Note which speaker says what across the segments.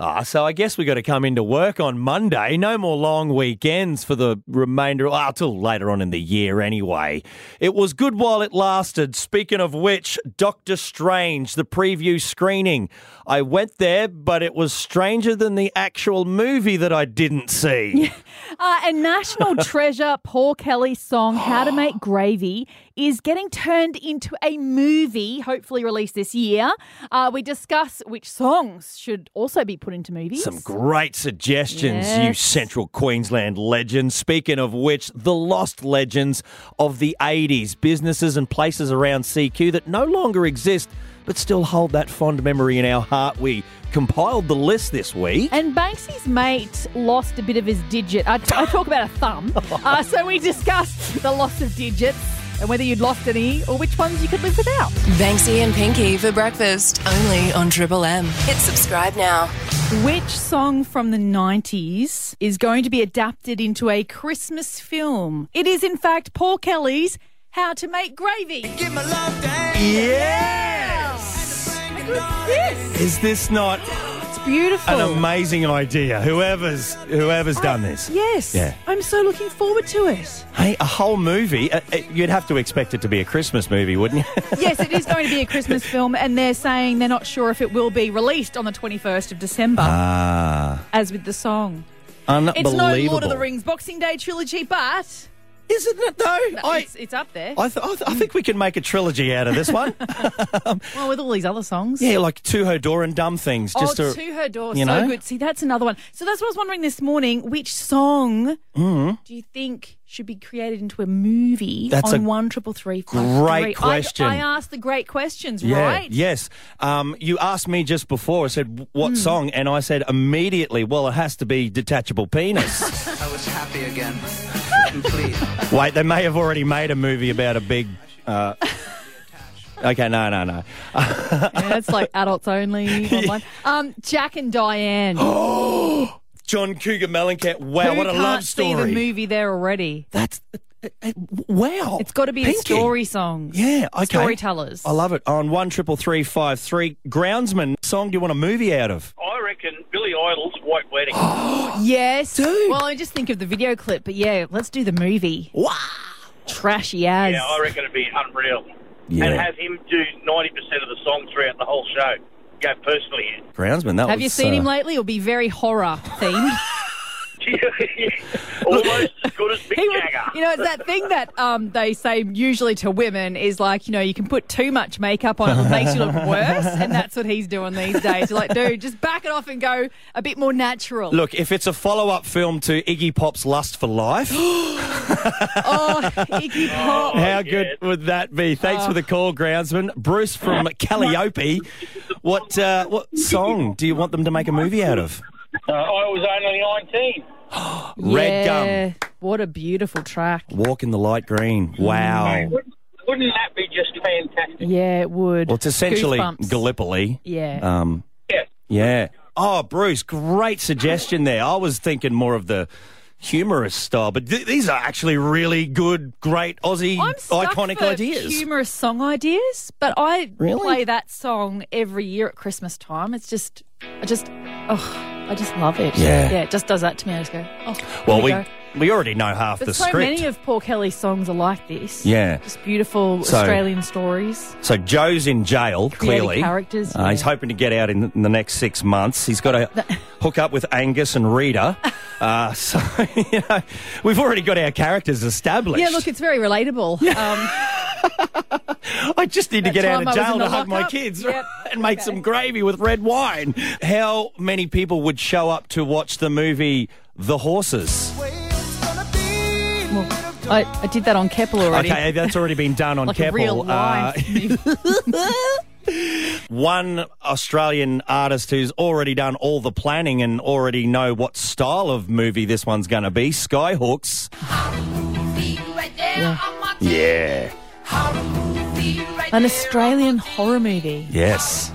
Speaker 1: Ah, so I guess we got to come into work on Monday. No more long weekends for the remainder, ah, till later on in the year anyway. It was good while it lasted. Speaking of which, Doctor Strange, the preview screening. I went there, but it was stranger than the actual movie that I didn't see.
Speaker 2: Uh, and national treasure Paul Kelly's song "How to Make Gravy" is getting turned into a movie, hopefully released this year. Uh, we discuss which songs should also be put into movies.
Speaker 1: Some great suggestions, you
Speaker 2: Yes.
Speaker 1: Central Queensland legends. Speaking of which, the lost legends of the 80s, businesses and places around CQ that no longer exist but still hold that fond memory in our heart. We compiled the list this week.
Speaker 2: And Banksy's mate lost a bit of his digit. I, I talk about a thumb. Uh, so we discussed the loss of digits and whether you'd lost any or which ones you could live without.
Speaker 3: Banksy and Pinky for breakfast, only on Triple M. Hit subscribe now.
Speaker 2: Which song from the 90s is going to be adapted into a Christmas film? It is, in fact, Paul Kelly's How to Make Gravy.
Speaker 4: Give my love down.
Speaker 1: Yes!
Speaker 2: This
Speaker 1: Is this not
Speaker 2: It's beautiful.
Speaker 1: an amazing idea? Whoever's whoever's done this.
Speaker 2: yes.
Speaker 1: Yeah.
Speaker 2: I'm so looking forward to it.
Speaker 1: Hey, a whole movie. Uh, uh, you'd have to expect it to be a Christmas movie, wouldn't you?
Speaker 2: yes, it is going to be a Christmas film, and they're saying they're not sure if it will be released on the 21st of December,
Speaker 1: Ah,
Speaker 2: as with the song. It's
Speaker 1: unbelievable.
Speaker 2: no Lord of the Rings Boxing Day trilogy, but
Speaker 1: Isn't it though? I,
Speaker 2: it's, it's up there.
Speaker 1: I, th- I, th- I think we can make a trilogy out of this one.
Speaker 2: well, with all these other songs.
Speaker 1: yeah, like two Hodor and dumb things. Just
Speaker 2: oh,
Speaker 1: a-
Speaker 2: to her door,
Speaker 1: you
Speaker 2: so
Speaker 1: know?
Speaker 2: good. See, that's another one. So that's what I was wondering this morning. Which song
Speaker 1: Mm-hmm.
Speaker 2: do you think should be created into a movie
Speaker 1: That's
Speaker 2: on
Speaker 1: a
Speaker 2: one triple three?
Speaker 1: great question.
Speaker 2: I, asked the great questions,
Speaker 1: yeah,
Speaker 2: right?
Speaker 1: yes. Um, you asked me just before. I said
Speaker 2: Hmm.
Speaker 1: what song, and I said immediately. Well, it has to be detachable penis.
Speaker 4: I was happy again. Complete.
Speaker 1: Wait, they may have already made a movie about a big. Uh, okay, no, no, no.
Speaker 2: Yeah, that's like adults only. Online. Um, Jack and Diane.
Speaker 1: John Cougar Mellencamp. Wow,
Speaker 2: Who
Speaker 1: what a
Speaker 2: can't
Speaker 1: love
Speaker 2: See the
Speaker 1: story.
Speaker 2: movie there already.
Speaker 1: That's uh, uh, wow.
Speaker 2: It's got to be
Speaker 1: Pinky.
Speaker 2: a story song.
Speaker 1: Yeah, okay.
Speaker 2: Storytellers.
Speaker 1: I love it. On one triple three five three, groundsman song. Do you want a movie out of?
Speaker 5: I reckon Billy Idol's White Wedding.
Speaker 2: Oh. Yes.
Speaker 1: Dude.
Speaker 2: Well, I just think of the video clip, but yeah, let's do the movie.
Speaker 1: Wow.
Speaker 2: Trashy as.
Speaker 5: Yeah, I reckon it'd be unreal. And
Speaker 1: Yeah,
Speaker 5: have him do 90% of the song throughout the whole show. Go personally in.
Speaker 1: groundsman. That
Speaker 2: Have
Speaker 1: was,
Speaker 2: you seen him
Speaker 1: uh,
Speaker 2: lately? It'll be very horror themed.
Speaker 5: Almost as good as Mick
Speaker 2: He would-
Speaker 5: Jagger.
Speaker 2: you know, it's that thing that um, they say usually to women is like, you know, you can put too much makeup on it, it makes you look worse. And that's what he's doing these days. You're like, dude, just back it off and go a bit more natural.
Speaker 1: Look, if it's a follow up film to Iggy Pop's Lust for Life, how
Speaker 2: Oh, Iggy Pop.
Speaker 1: good would that be? Thanks
Speaker 2: Ah.
Speaker 1: for the call, groundsman. Bruce from Calliope. What uh, what song do you want them to make a movie out of?
Speaker 5: Uh, I was only 19.
Speaker 1: Red
Speaker 2: Yeah.
Speaker 1: gum.
Speaker 2: What a beautiful track.
Speaker 1: Walk in the light green. Wow.
Speaker 5: Wouldn't that be just fantastic?
Speaker 2: Yeah, it would.
Speaker 1: Well, it's essentially
Speaker 2: Goosebumps.
Speaker 1: Gallipoli.
Speaker 2: Yeah.
Speaker 1: Um,
Speaker 5: Yeah.
Speaker 1: Yeah. Oh, Bruce, great suggestion there. I was thinking more of the humorous style, but th- these are actually really good, great Aussie
Speaker 2: I'm stuck
Speaker 1: iconic
Speaker 2: for
Speaker 1: ideas.
Speaker 2: Humorous song ideas, but I
Speaker 1: Really?
Speaker 2: play that song every year at Christmas time. It's just, I just, oh, I just love it.
Speaker 1: Yeah.
Speaker 2: yeah, it just does that to me. I just go, oh, there
Speaker 1: well, we
Speaker 2: go.
Speaker 1: we already know half
Speaker 2: But
Speaker 1: the
Speaker 2: so
Speaker 1: script.
Speaker 2: many of Paul Kelly's songs are like this.
Speaker 1: Yeah.
Speaker 2: just beautiful
Speaker 1: So-
Speaker 2: Australian stories.
Speaker 1: so Joe's in jail,
Speaker 2: Creative
Speaker 1: clearly.
Speaker 2: characters,
Speaker 1: Uh, He's
Speaker 2: yeah.
Speaker 1: hoping to get out in, in the next six months. He's got to hook up with Angus and Rita. Uh, so you know, we've already got our characters established.
Speaker 2: Yeah, look, it's very relatable. Um,
Speaker 1: I just need to
Speaker 2: That
Speaker 1: get out
Speaker 2: time
Speaker 1: of
Speaker 2: I was
Speaker 1: jail
Speaker 2: in the
Speaker 1: to hug my
Speaker 2: lockup.
Speaker 1: kids
Speaker 2: Yep.
Speaker 1: and make some gravy with red wine. How many people would show up to watch the movie The Horses?
Speaker 2: I, I did that on Keppel already.
Speaker 1: Okay, that's already been done on
Speaker 2: Like
Speaker 1: Keppel.
Speaker 2: a real
Speaker 1: Uh,
Speaker 2: life. movie.
Speaker 1: one Australian artist who's already done all the planning and already know what style of movie this one's going to be, Skyhooks. Yeah.
Speaker 2: An Australian horror movie,
Speaker 1: Yes.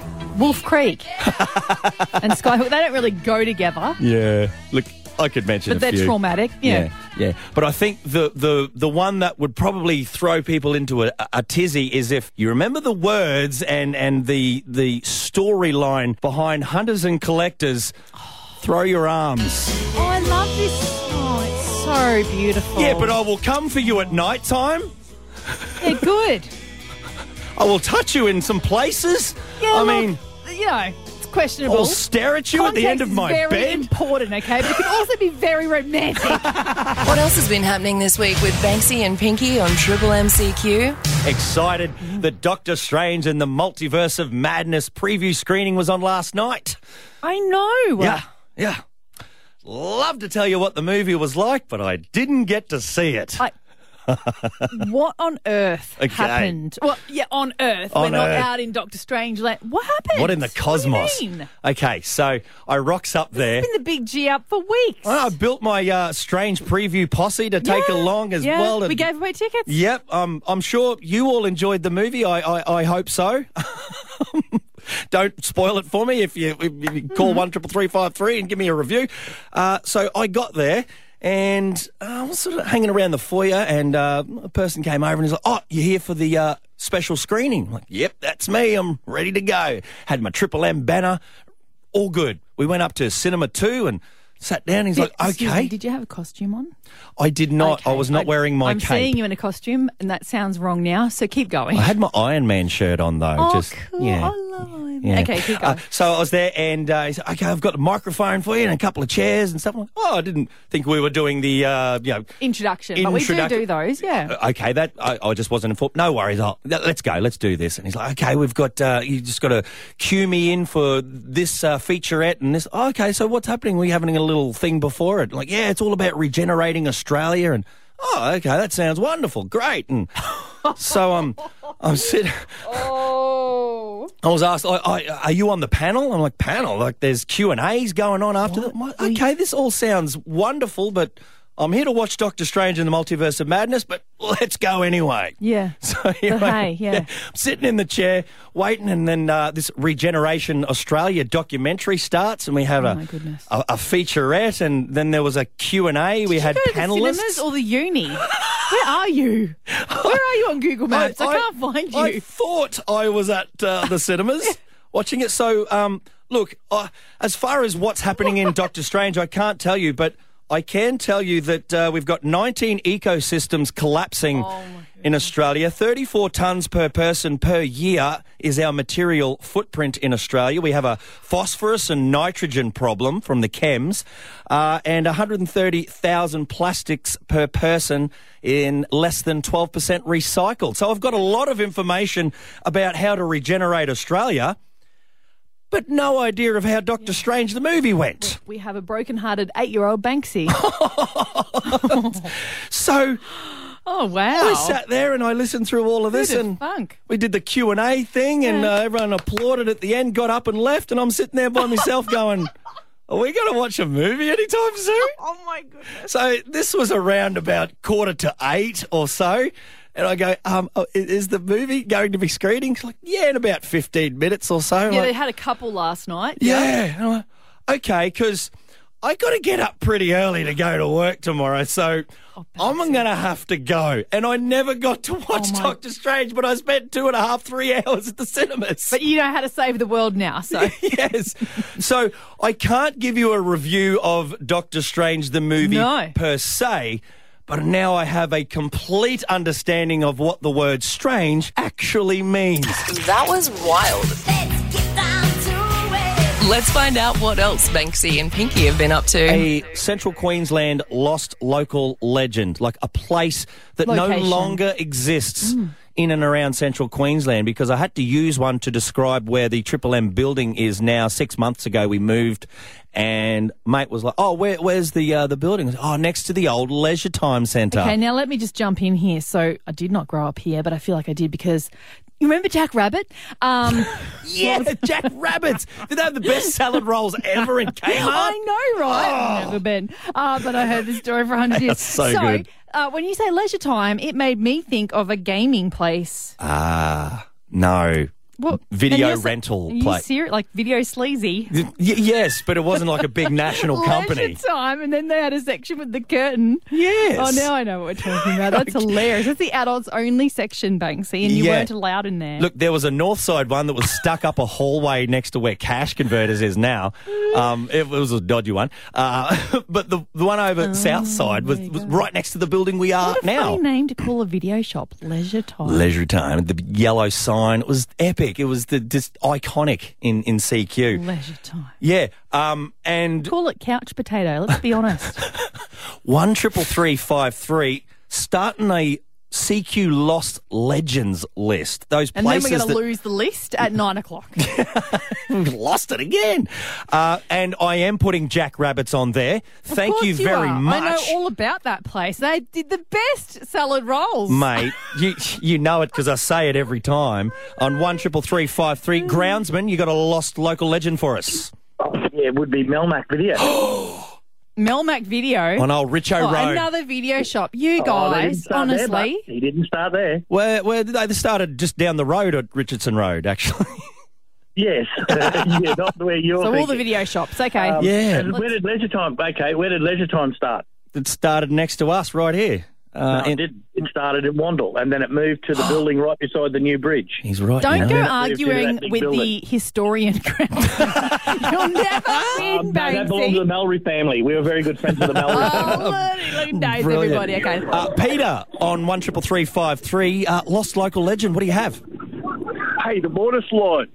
Speaker 2: Wolf Creek and Skyhook. They don't really go together,
Speaker 1: Yeah. Look, I could mention
Speaker 2: but they're traumatic. yeah.
Speaker 1: Yeah, but I think the the the one that would probably throw people into a, a tizzy is if you remember the words and and the the storyline behind hunters and collectors. Throw your arms.
Speaker 2: Oh, I love this. Oh, it's so beautiful.
Speaker 1: Yeah, but I will come for you at night time.
Speaker 2: they're good.
Speaker 1: I will touch you in some places.
Speaker 2: Yeah,
Speaker 1: I
Speaker 2: look,
Speaker 1: mean,
Speaker 2: you know, it's questionable.
Speaker 1: I'll stare at you at the end
Speaker 2: Context
Speaker 1: of
Speaker 2: is
Speaker 1: my
Speaker 2: very
Speaker 1: bed.
Speaker 2: important, okay? But it can also be very romantic.
Speaker 3: What else has been happening this week with Banksy and Pinky on Triple MCQ?
Speaker 1: Excited
Speaker 2: Mm.
Speaker 1: that Doctor Strange and the Multiverse of Madness preview screening was on last night.
Speaker 2: I know.
Speaker 1: Yeah, yeah. Love to tell you what the movie was like, but I didn't get to see it.
Speaker 2: I- What on earth
Speaker 1: Okay.
Speaker 2: happened? Well, yeah, on earth. We're
Speaker 1: On
Speaker 2: not
Speaker 1: Earth.
Speaker 2: out in Doctor Strange land. What happened?
Speaker 1: what in the
Speaker 2: do you
Speaker 1: cosmos?
Speaker 2: mean?
Speaker 1: Okay, so I rocks up there.
Speaker 2: Been the big G up for weeks.
Speaker 1: I built my uh, strange preview posse to take
Speaker 2: Yeah,
Speaker 1: along as
Speaker 2: yeah,
Speaker 1: well.
Speaker 2: We
Speaker 1: and-
Speaker 2: gave away tickets.
Speaker 1: Yep, um, I'm sure you all enjoyed the movie. I, I, I hope so. Don't spoil it for me if you, if you
Speaker 2: Mm-hmm.
Speaker 1: call one triple three five three and give me a review. Uh, so I got there and uh, I was sort of hanging around the foyer, and uh, a person came over and was like, "Oh, you're here for the uh, special screening?" I'm like, "Yep, that's me. I'm ready to go." Had my Triple M banner, all good. We went up to Cinema Two and sat down. He's like,
Speaker 2: Excuse
Speaker 1: Oh, "Okay."
Speaker 2: me, did you have a costume on?
Speaker 1: I did not. I
Speaker 2: Okay.
Speaker 1: was not
Speaker 2: I-
Speaker 1: wearing my
Speaker 2: I'm
Speaker 1: cape.
Speaker 2: seeing you in a costume, and that sounds wrong now. So keep going.
Speaker 1: I had my Iron Man shirt on though.
Speaker 2: oh,
Speaker 1: just,
Speaker 2: cool.
Speaker 1: Yeah.
Speaker 2: I love Iron
Speaker 1: yeah.
Speaker 2: Man. Okay, keep
Speaker 1: Uh,
Speaker 2: going.
Speaker 1: so I was there, and uh, he said, "Okay, I've got a microphone for you and a couple of chairs and stuff." I'm like, oh, I didn't think we were doing the, uh, you know,
Speaker 2: Introduction, but we do
Speaker 1: introduct-
Speaker 2: do those. Yeah.
Speaker 1: Uh, Okay, that I, I just wasn't informed. No worries. I'll, th- let's go. Let's do this. And he's like, "Okay, we've got uh, you just got to cue me in for this uh, featurette and this." "Oh, okay, so what's happening? We're having a little thing before it. Like, yeah, it's all about regenerating Australia and. Oh, okay. That sounds wonderful. Great. And so um, I'm sitting.
Speaker 2: oh.
Speaker 1: I was asked, I, I, "Are you on the panel?" I'm like, "Panel? Like, there's Q and A's going on after that." I'm like, okay, this all sounds wonderful, but I'm here to watch Doctor Strange and the Multiverse of Madness. But let's go anyway.
Speaker 2: Yeah.
Speaker 1: So here
Speaker 2: But
Speaker 1: I,
Speaker 2: hey, yeah.
Speaker 1: I'm sitting in the chair waiting, and then uh, this Regeneration Australia documentary starts, and we have
Speaker 2: Oh my
Speaker 1: a,
Speaker 2: goodness.
Speaker 1: a a featurette, and then there was a Q and A. We had
Speaker 2: Go to the
Speaker 1: panelists.
Speaker 2: cinemas or the uni? Where are you? Where are you on Google Maps? I, can't find you.
Speaker 1: I thought I was at uh, the cinemas watching it. So, um, look, uh, as far as what's happening in Doctor Strange, I can't tell you, but I can tell you that uh, we've got 19 ecosystems
Speaker 2: Oh
Speaker 1: collapsing in Australia. 34 tonnes per person per year is our material footprint in Australia. We have a phosphorus and nitrogen problem from the chems, uh, and 130,000 plastics per person in less than 12% recycled. So I've got a lot of information about how to regenerate Australia, but no idea of how Doctor Strange the movie went.
Speaker 2: we have a broken-hearted eight-year-old Banksy.
Speaker 1: So
Speaker 2: oh wow!
Speaker 1: I sat there and I listened through all of this
Speaker 2: Who'd've
Speaker 1: and
Speaker 2: thunk?
Speaker 1: we did the Q&A thing and uh, everyone applauded at the end, got up and left and I'm sitting there by myself going, are we going to watch a movie anytime soon?
Speaker 2: Oh my goodness!
Speaker 1: So this was around about quarter to eight or so. And I go, um, oh, i- is the movie going to be screening? She's like, yeah, in about 15 minutes or so. I'm
Speaker 2: Yeah,
Speaker 1: like,
Speaker 2: they had a couple last night.
Speaker 1: yeah. And I'm like, okay, because I got to get up pretty early to go to work tomorrow. So
Speaker 2: Oh,
Speaker 1: I'm going to have to go. And I never got to watch Doctor Strange, but I spent two and a half, three hours at the cinemas.
Speaker 2: But you know how to save the world now, so
Speaker 1: yes. So I can't give you a review of Doctor Strange the movie
Speaker 2: No.
Speaker 1: per se, but now I have a complete understanding of what the word strange actually means.
Speaker 3: That was wild. Let's find out what else Banksy and Pinky have been up to.
Speaker 1: a central Queensland lost local legend, like a place that no
Speaker 2: Location. Hmm.
Speaker 1: longer exists in and around central Queensland because I had to use one to describe where the Triple M building is now. Six months ago, we moved and mate was like, oh, where, where's the, uh, the building? I said, Oh, next to the old Leisure Time Centre.
Speaker 2: Okay, now let me just jump in here. So I did not grow up here, but I feel like I did because you remember Jack Rabbit? Um,
Speaker 1: yeah, Jack Rabbits. Did they have the best salad rolls ever in Kmart?
Speaker 2: I know, right? Never been, uh, but I heard this story for hundred years.
Speaker 1: Oh. so good.
Speaker 2: Uh, when you say leisure time, it made me think of a gaming place.
Speaker 1: Ah, no.
Speaker 2: What?
Speaker 1: Video
Speaker 2: And you're-
Speaker 1: rental
Speaker 2: you
Speaker 1: play.
Speaker 2: seri- like video sleazy.
Speaker 1: Y- yes, but it wasn't like a big national company.
Speaker 2: Leisure time, and then they had a section with the curtain.
Speaker 1: Yes.
Speaker 2: Oh, now I know what we're talking about. That's hilarious. That's the adults only section, Banksy, and you
Speaker 1: Yeah.
Speaker 2: weren't allowed in there.
Speaker 1: Look, there was a north side one that was stuck up a hallway next to where Cash Converters is now. Um, it was a dodgy one. Uh, but the, the one over south side was, was right next to the building we are
Speaker 2: Oh what a
Speaker 1: uh, now.
Speaker 2: funny name to call a video shop, leisure time.
Speaker 1: Leisure time, the yellow sign. It was epic. It was the, just iconic in, in CQ.
Speaker 2: leisure time.
Speaker 1: yeah. Um, and
Speaker 2: Call it couch potato. Let's be honest.
Speaker 1: one triple three five three starting a CQ Lost Legends list. Those
Speaker 2: And then
Speaker 1: places
Speaker 2: we're going
Speaker 1: that
Speaker 2: to lose the list at nine o'clock.
Speaker 1: We've lost it again. Uh, and I am putting Jack Rabbits on there. Thank
Speaker 2: Of
Speaker 1: you
Speaker 2: course
Speaker 1: very
Speaker 2: are.
Speaker 1: much.
Speaker 2: I know all about that place. They did the best salad rolls.
Speaker 1: Mate, you you know it because I say it every time. On one triple three five three, groundsman, you got a lost local legend for us
Speaker 6: Yeah, it would be Melmac video.
Speaker 2: Oh, Melmac Video.
Speaker 1: on old Richo
Speaker 2: Oh,
Speaker 1: Road.
Speaker 2: another video shop. You
Speaker 6: Oh, they didn't
Speaker 2: guys,
Speaker 6: start there, but
Speaker 2: honestly.
Speaker 6: he didn't start there.
Speaker 1: Where where they started just down the road at Richardson Road, actually.
Speaker 6: Yes, yeah, not where you're.
Speaker 2: so all the
Speaker 6: thinking.
Speaker 2: video shops. Okay.
Speaker 1: yeah,
Speaker 6: Um, And where did leisure time? Okay, where did leisure time start?
Speaker 1: it started next to us right here. Uh,
Speaker 6: No, it,
Speaker 1: and-
Speaker 6: did, it started at Wandle, and then it moved to the building right beside the new bridge.
Speaker 1: he's right. you
Speaker 2: Don't
Speaker 1: know.
Speaker 2: go
Speaker 6: If you do that
Speaker 2: arguing
Speaker 6: big
Speaker 2: with
Speaker 6: building.
Speaker 2: the historian. Grant. You'll never
Speaker 6: Um,
Speaker 2: win,
Speaker 6: no, that belongs to the
Speaker 2: Banksy.
Speaker 6: Mallory family. We were very good friends with the Mallory family.
Speaker 2: Oh, learning days,
Speaker 1: Brilliant.
Speaker 2: everybody. Okay.
Speaker 1: Uh, Peter on one triple three five three, uh, lost local legend. What do you have?
Speaker 6: Hey, the border slide.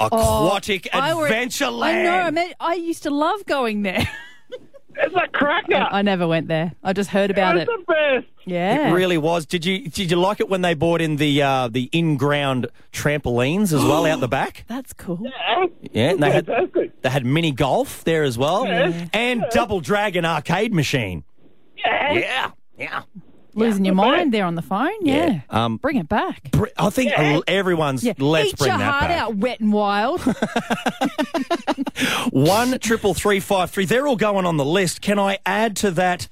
Speaker 1: Aquatic
Speaker 2: Oh, I were-
Speaker 1: Adventure
Speaker 2: I know. I,
Speaker 1: Land.
Speaker 2: mean, I used to love going there.
Speaker 6: It's a cracker.
Speaker 2: I never went there. I just heard about it.
Speaker 6: best.
Speaker 2: Yeah.
Speaker 1: It really was. Did you did you like it when they bought in the uh, the in ground trampolines as well out the back?
Speaker 2: That's cool.
Speaker 1: Yeah, and they had they had mini golf there as well, and double dragon arcade machine. Yeah, yeah, yeah.
Speaker 2: Losing your mind there on the phone. Yeah.
Speaker 1: Um,
Speaker 2: Bring it back.
Speaker 1: br- I think el- everyone's
Speaker 2: Yeah.
Speaker 1: let's
Speaker 2: Eat
Speaker 1: bring
Speaker 2: your
Speaker 1: that
Speaker 2: heart
Speaker 1: back.
Speaker 2: out, wet and wild.
Speaker 1: One triple three five three. They're all going on the list. Can I add to that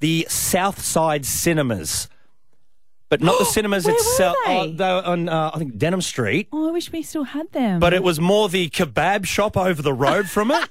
Speaker 1: the Southside Cinemas? But not the cinemas
Speaker 2: Where were
Speaker 1: itself.
Speaker 2: they?
Speaker 1: Oh, they were on uh, I think Denham Street.
Speaker 2: oh, I wish we still had them.
Speaker 1: But it was more the kebab shop over the road from it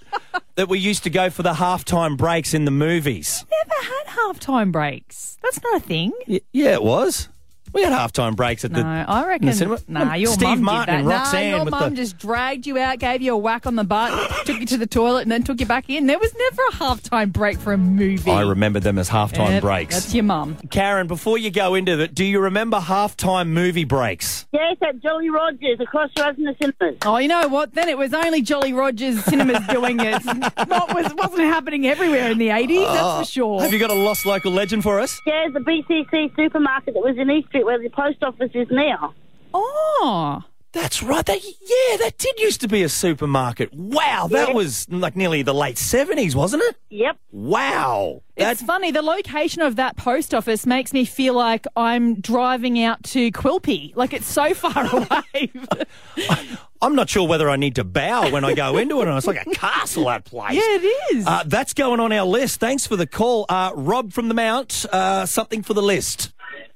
Speaker 1: that we used to go for the halftime breaks in the movies.
Speaker 2: never had halftime breaks. That's not a thing.
Speaker 1: yeah, it was. We had halftime breaks at
Speaker 2: No,
Speaker 1: the.
Speaker 2: I reckon.
Speaker 1: in the cinema.
Speaker 2: Nah, your
Speaker 1: Steve
Speaker 2: mum
Speaker 1: Martin
Speaker 2: did that.
Speaker 1: and Roxanne
Speaker 2: nah, your
Speaker 1: with
Speaker 2: mum
Speaker 1: the-
Speaker 2: just dragged you out, gave you a whack on the butt, took you to the toilet, and then took you back in. There was never a halftime break for a movie.
Speaker 1: I remember them as halftime
Speaker 2: Yep,
Speaker 1: breaks.
Speaker 2: That's your mum.
Speaker 1: Karen, before you go into it, do you remember halftime movie breaks?
Speaker 7: Yes, at Jolly Rogers across the road from the cinemas.
Speaker 2: Oh, you know what? Then it was only Jolly Rogers cinemas doing it. Not was wasn't happening everywhere in the eighties. That's for sure.
Speaker 1: Uh, Have you got a lost local legend for us?
Speaker 7: There's the BCC supermarket that was in East Street where the post office is now.
Speaker 2: oh,
Speaker 1: That's right. That yeah, that did used to be a supermarket. Wow, that was like nearly the late seventies, wasn't it?
Speaker 7: Yep.
Speaker 1: Wow,
Speaker 2: it's funny. The location of that post office makes me feel like I'm driving out to Quilpie. Like it's so far away.
Speaker 1: I'm not sure whether I need to bow when I go into it. And it's like a castle, that place.
Speaker 2: it is.
Speaker 1: Uh, that's going on our list. Thanks for the call. Uh, Rob from the Mount, uh, something for the list.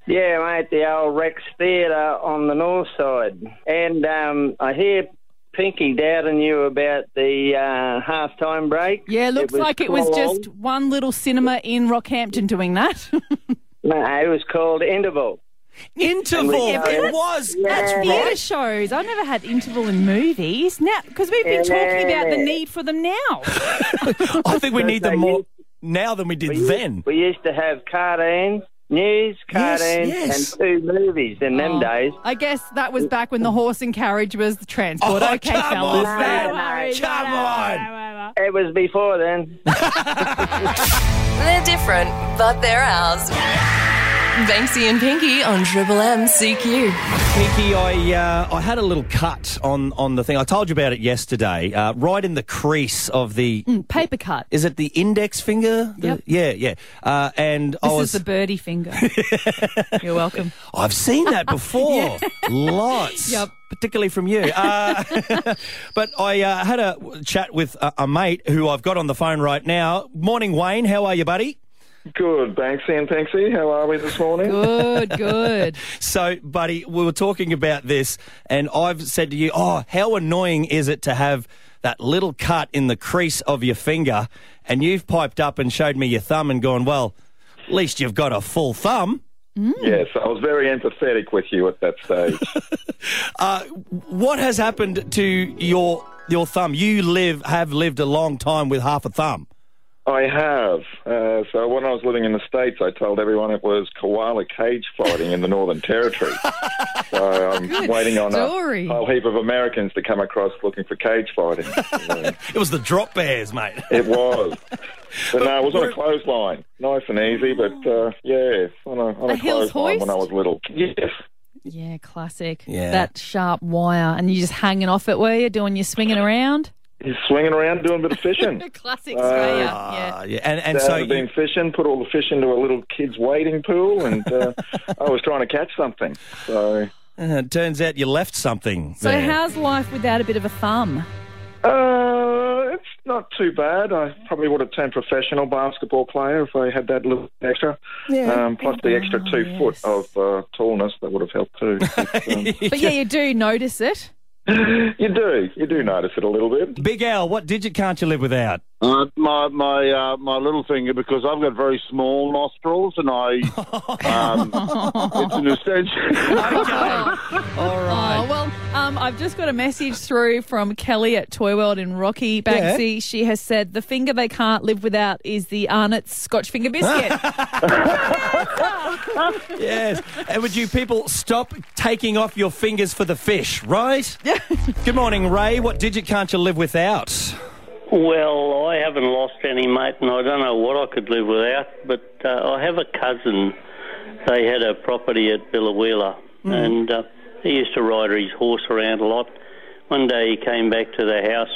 Speaker 8: Yeah, mate, the old Rex Theatre on the north side. And um, I hear Pinky doubting you about the uh, half-time break.
Speaker 2: yeah, looks like it was
Speaker 8: called-
Speaker 2: just one little cinema in Rockhampton doing that.
Speaker 8: No, it was called Interval.
Speaker 1: Interval.
Speaker 8: Yeah, but
Speaker 1: It
Speaker 8: that's-
Speaker 1: was.
Speaker 2: That's
Speaker 8: Yeah.
Speaker 2: theatre shows. I never had interval in movies. Now, because we've been talking about the
Speaker 8: Yeah.
Speaker 2: need for them now.
Speaker 1: I think we need them
Speaker 8: they
Speaker 1: more
Speaker 8: used-
Speaker 1: now than we did then.
Speaker 8: We used to have cartoons, news,
Speaker 1: Yes,
Speaker 8: cartoons,
Speaker 1: yes. Oh.
Speaker 8: and two movies in them days.
Speaker 2: I guess that was back when the horse and carriage was the transport.
Speaker 1: Oh,
Speaker 2: okay,
Speaker 1: come
Speaker 2: fellas.
Speaker 1: on,
Speaker 2: No
Speaker 1: man.
Speaker 2: worries.
Speaker 1: Come
Speaker 2: on.
Speaker 8: It was before then.
Speaker 3: They're different, but they're ours. Banksy and Pinky on Triple M CQ.
Speaker 1: Pinky, I uh, I had a little cut on, on the thing. I told you about it yesterday. Uh, right in the crease of the.
Speaker 2: Paper cut.
Speaker 1: Is it the index finger? The-
Speaker 2: Hmm. Yep.
Speaker 1: Yeah, yeah. Uh, and I
Speaker 2: This
Speaker 1: was.
Speaker 2: is the birdie finger. You're welcome.
Speaker 1: I've seen that before. Lots.
Speaker 2: Yep.
Speaker 1: Particularly from you. Uh, but I uh, had a chat with a, a mate who I've got on the phone right now. Morning, Wayne. How are you, buddy?
Speaker 9: Good, Banksy and Pinksy. How are we this morning?
Speaker 2: Good, good.
Speaker 1: So, buddy, we were talking about this, and I've said to you, "Oh, how annoying is it to have that little cut in the crease of your finger?" And you've piped up and showed me your thumb and gone, "Well, at least you've got a full thumb."
Speaker 9: Yes, I was very empathetic with you at that stage.
Speaker 1: Uh, What has happened to your your thumb? You live have lived a long time with half a thumb.
Speaker 9: I have. Uh, so when I was living in the States, I told everyone it was koala cage fighting in the Northern Territory. so I'm waiting on
Speaker 2: story.
Speaker 9: a whole heap of Americans to come across looking for cage fighting. Yeah,
Speaker 1: It was the drop bears, mate.
Speaker 9: it was. But no, it was on a clothesline. Nice and easy, but uh, yeah, on a, on a,
Speaker 2: A heel's
Speaker 9: clothesline when I
Speaker 2: hoist?
Speaker 9: was little. Yes.
Speaker 2: Yeah, classic.
Speaker 1: Yeah.
Speaker 2: That sharp wire. And you just hanging off it, were you? Doing your swinging around?
Speaker 9: He's swinging around doing a bit of fishing.
Speaker 2: Classic Australia.
Speaker 1: Ah,
Speaker 2: yeah.
Speaker 1: yeah. And and
Speaker 9: Dad
Speaker 1: so
Speaker 9: had
Speaker 1: you-
Speaker 9: been fishing, put all the fish into a little kid's wading pool, and uh, I was trying to catch something.
Speaker 1: uh,
Speaker 9: So
Speaker 1: it turns out you left something.
Speaker 2: So,
Speaker 1: there.
Speaker 2: how's life without a bit of a thumb?
Speaker 9: uh, it's not too bad. I probably would have turned professional basketball player if I had that little extra. Um, plus the extra
Speaker 2: Oh,
Speaker 9: two
Speaker 2: yes.
Speaker 9: foot of uh, tallness that would have helped too. But, um,
Speaker 2: But yeah, you do notice it.
Speaker 9: you do, you do notice it a little bit.
Speaker 1: Big Al, what digit can't you live without?
Speaker 10: Uh, my my uh, my little finger because I've got very small nostrils and I um, it's an extension.
Speaker 1: All right.
Speaker 2: Oh, well, um, I've just got a message through from Kelly at Toy World in Rocky Banksy. She has said the finger they can't live without is the Arnott's Scotch Finger Biscuit.
Speaker 1: Yes. And would you people stop taking off your fingers for the fish, right? Yeah. Good morning, Ray. What digit can't you live without?
Speaker 11: Well, I haven't lost any mate, and I don't know what I could live without. But uh, I have a cousin. They had a property at Billawheeler,
Speaker 2: Hmm.
Speaker 11: and uh, he used to ride his horse around a lot. One day he came back to the house,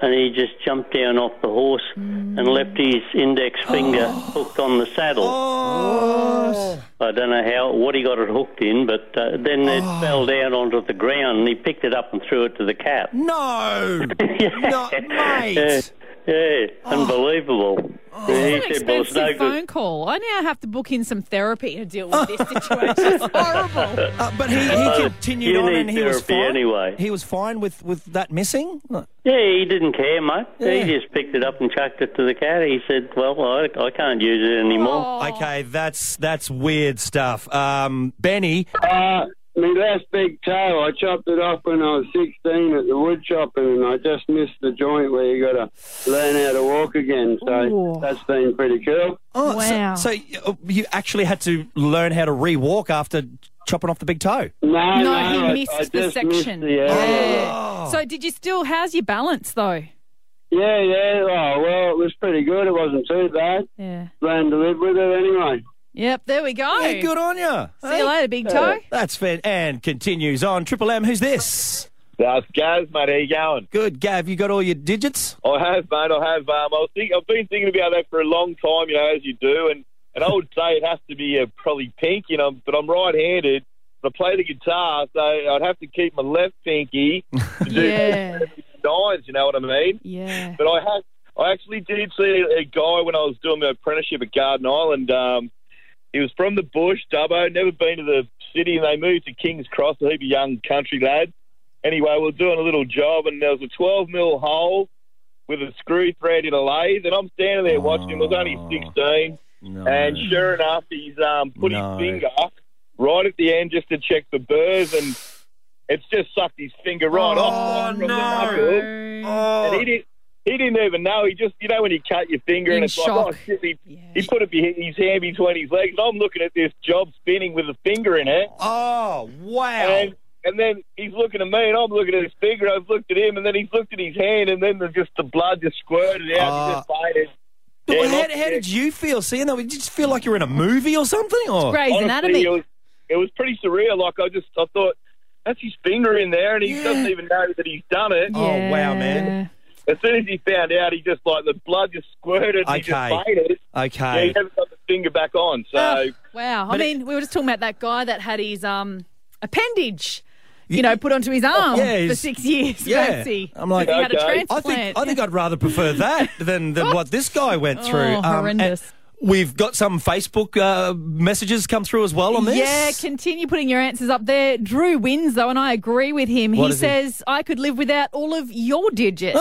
Speaker 11: and he just jumped down off the horse
Speaker 2: Hmm.
Speaker 11: and left his index finger hooked on the saddle.
Speaker 2: Oh,
Speaker 11: I don't know how what he got it hooked in, but uh, then it
Speaker 2: Oh.
Speaker 11: fell down onto the ground, and he picked it up and threw it to the cat.
Speaker 1: Oh, No. no
Speaker 11: Yeah,
Speaker 1: mate.
Speaker 11: yeah,
Speaker 2: Oh.
Speaker 11: unbelievable. Yeah,
Speaker 2: It's an
Speaker 11: he said, well, it's no
Speaker 2: expensive
Speaker 11: good.
Speaker 2: phone call. I now have to book in some therapy to deal with this situation. It's horrible.
Speaker 1: Uh, but he, he continued
Speaker 11: you
Speaker 1: on
Speaker 11: need
Speaker 1: and he was
Speaker 11: therapy
Speaker 1: fine.
Speaker 11: anyway.
Speaker 1: He was fine with, with that missing?
Speaker 11: Yeah, he didn't care, mate.
Speaker 1: Yeah.
Speaker 11: He just picked it up and chucked it to the cat. He said, well, I, I can't use it anymore.
Speaker 1: Okay, that's that's weird stuff. Um, Benny,
Speaker 2: Oh.
Speaker 10: uh, my last big toe, I chopped it off when I was sixteen at the wood chopping, and I just missed the joint where you got to learn how to walk again. So
Speaker 2: Ooh.
Speaker 10: that's been pretty cool.
Speaker 1: oh, so-
Speaker 2: Wow.
Speaker 1: so, uh, you actually had to learn how to re-walk after chopping off the big toe.
Speaker 10: No,
Speaker 2: No,
Speaker 10: no,
Speaker 2: he
Speaker 10: I,
Speaker 2: missed
Speaker 10: I
Speaker 2: the
Speaker 10: just
Speaker 2: section.
Speaker 10: Missed the area.
Speaker 2: So, did you still? How's your balance though?
Speaker 10: Yeah, yeah. Oh, well, it was pretty good. It wasn't too bad.
Speaker 2: Yeah.
Speaker 10: Learned to live with it anyway.
Speaker 2: Yep. There we go.
Speaker 1: Hey, good on you.
Speaker 2: See you later, big toe.
Speaker 1: That's fair. And continues on. Triple M, who's this?
Speaker 9: That's Gaz, mate. How you going?
Speaker 1: Good, Gav. You got all your digits?
Speaker 9: I have, mate. I have. Um, I was think, I've been thinking about that for a long time, you know, as you do, and, and I would say it has to be uh, probably pink, you know, but I'm right-handed. I play the guitar, so I'd have to keep my left pinky to do
Speaker 2: Yeah.
Speaker 9: nines. You know what I mean?
Speaker 2: Yeah.
Speaker 9: But I had, I actually did see a guy when I was doing my apprenticeship at Garden Island. Um, he was from the bush, Dubbo, never been to the city, and they moved to King's Cross, a heap of young country lad. Anyway, we are doing a little job, and there was a 12 mil hole with a screw thread in a lathe, and I'm standing there watching him. I was
Speaker 1: Oh.
Speaker 9: only 16,
Speaker 1: No.
Speaker 9: and sure enough, he's um, put
Speaker 1: No.
Speaker 9: his finger right at the end just to check the burrs, and it's just sucked his finger right
Speaker 1: Oh,
Speaker 9: off.
Speaker 1: no.
Speaker 9: And he didn't. He didn't even know. He just, you know, when you cut your finger
Speaker 2: Oh. In
Speaker 9: and it's
Speaker 2: shock.
Speaker 9: like, oh shit, he,
Speaker 2: Yeah.
Speaker 9: he put it be- his hand between his legs. I'm looking at this job spinning with a finger in it,
Speaker 1: Oh, wow.
Speaker 9: and and then he's looking at me, and I'm looking at his finger. I've looked at him, and then he's looked at his hand, and then the, just the blood just squirted out.
Speaker 1: Ah.
Speaker 2: Uh,
Speaker 9: and just faded.
Speaker 1: But
Speaker 9: Yeah,
Speaker 1: how,
Speaker 9: not-
Speaker 1: how did you feel seeing that? Did you just feel like you were in a movie or something? Or
Speaker 2: Grey's
Speaker 9: Honestly,
Speaker 2: Anatomy.
Speaker 9: It was, it was pretty surreal. Like I just, I thought. That's his finger in there, and he
Speaker 1: Yeah.
Speaker 9: doesn't even know that he's done it.
Speaker 1: Oh, wow, man.
Speaker 9: As soon as he found out, he just like the blood just squirted. And he
Speaker 1: Okay.
Speaker 9: just faded. Yeah,
Speaker 1: Okay.
Speaker 9: he never got the finger back on. So
Speaker 2: Ah. Wow. I
Speaker 1: But
Speaker 2: mean, we were just talking about that guy that had his um appendage, you know, put onto his arm
Speaker 1: yeah,
Speaker 2: for
Speaker 1: his-
Speaker 2: six years.
Speaker 1: yeah.
Speaker 2: Fancy.
Speaker 1: I'm like,
Speaker 2: he had a
Speaker 9: okay.
Speaker 1: I
Speaker 2: transplant.
Speaker 1: think I think I'd rather prefer that than, than what this guy went through. Um,
Speaker 2: Oh,
Speaker 1: and
Speaker 2: horrendous.
Speaker 1: We've got some Facebook uh, messages come through as well on this.
Speaker 2: Yeah, continue putting your answers up there. Drew wins, though, and I agree with him.
Speaker 1: What
Speaker 2: he
Speaker 1: is he?
Speaker 2: says, I could live without all of your digits.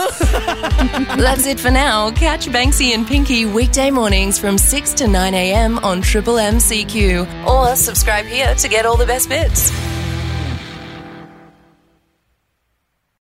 Speaker 3: That's it for now. Catch Banksy and Pinky weekday mornings from 6 to 9 a.m. on Triple MCQ or subscribe here to get all the best bits.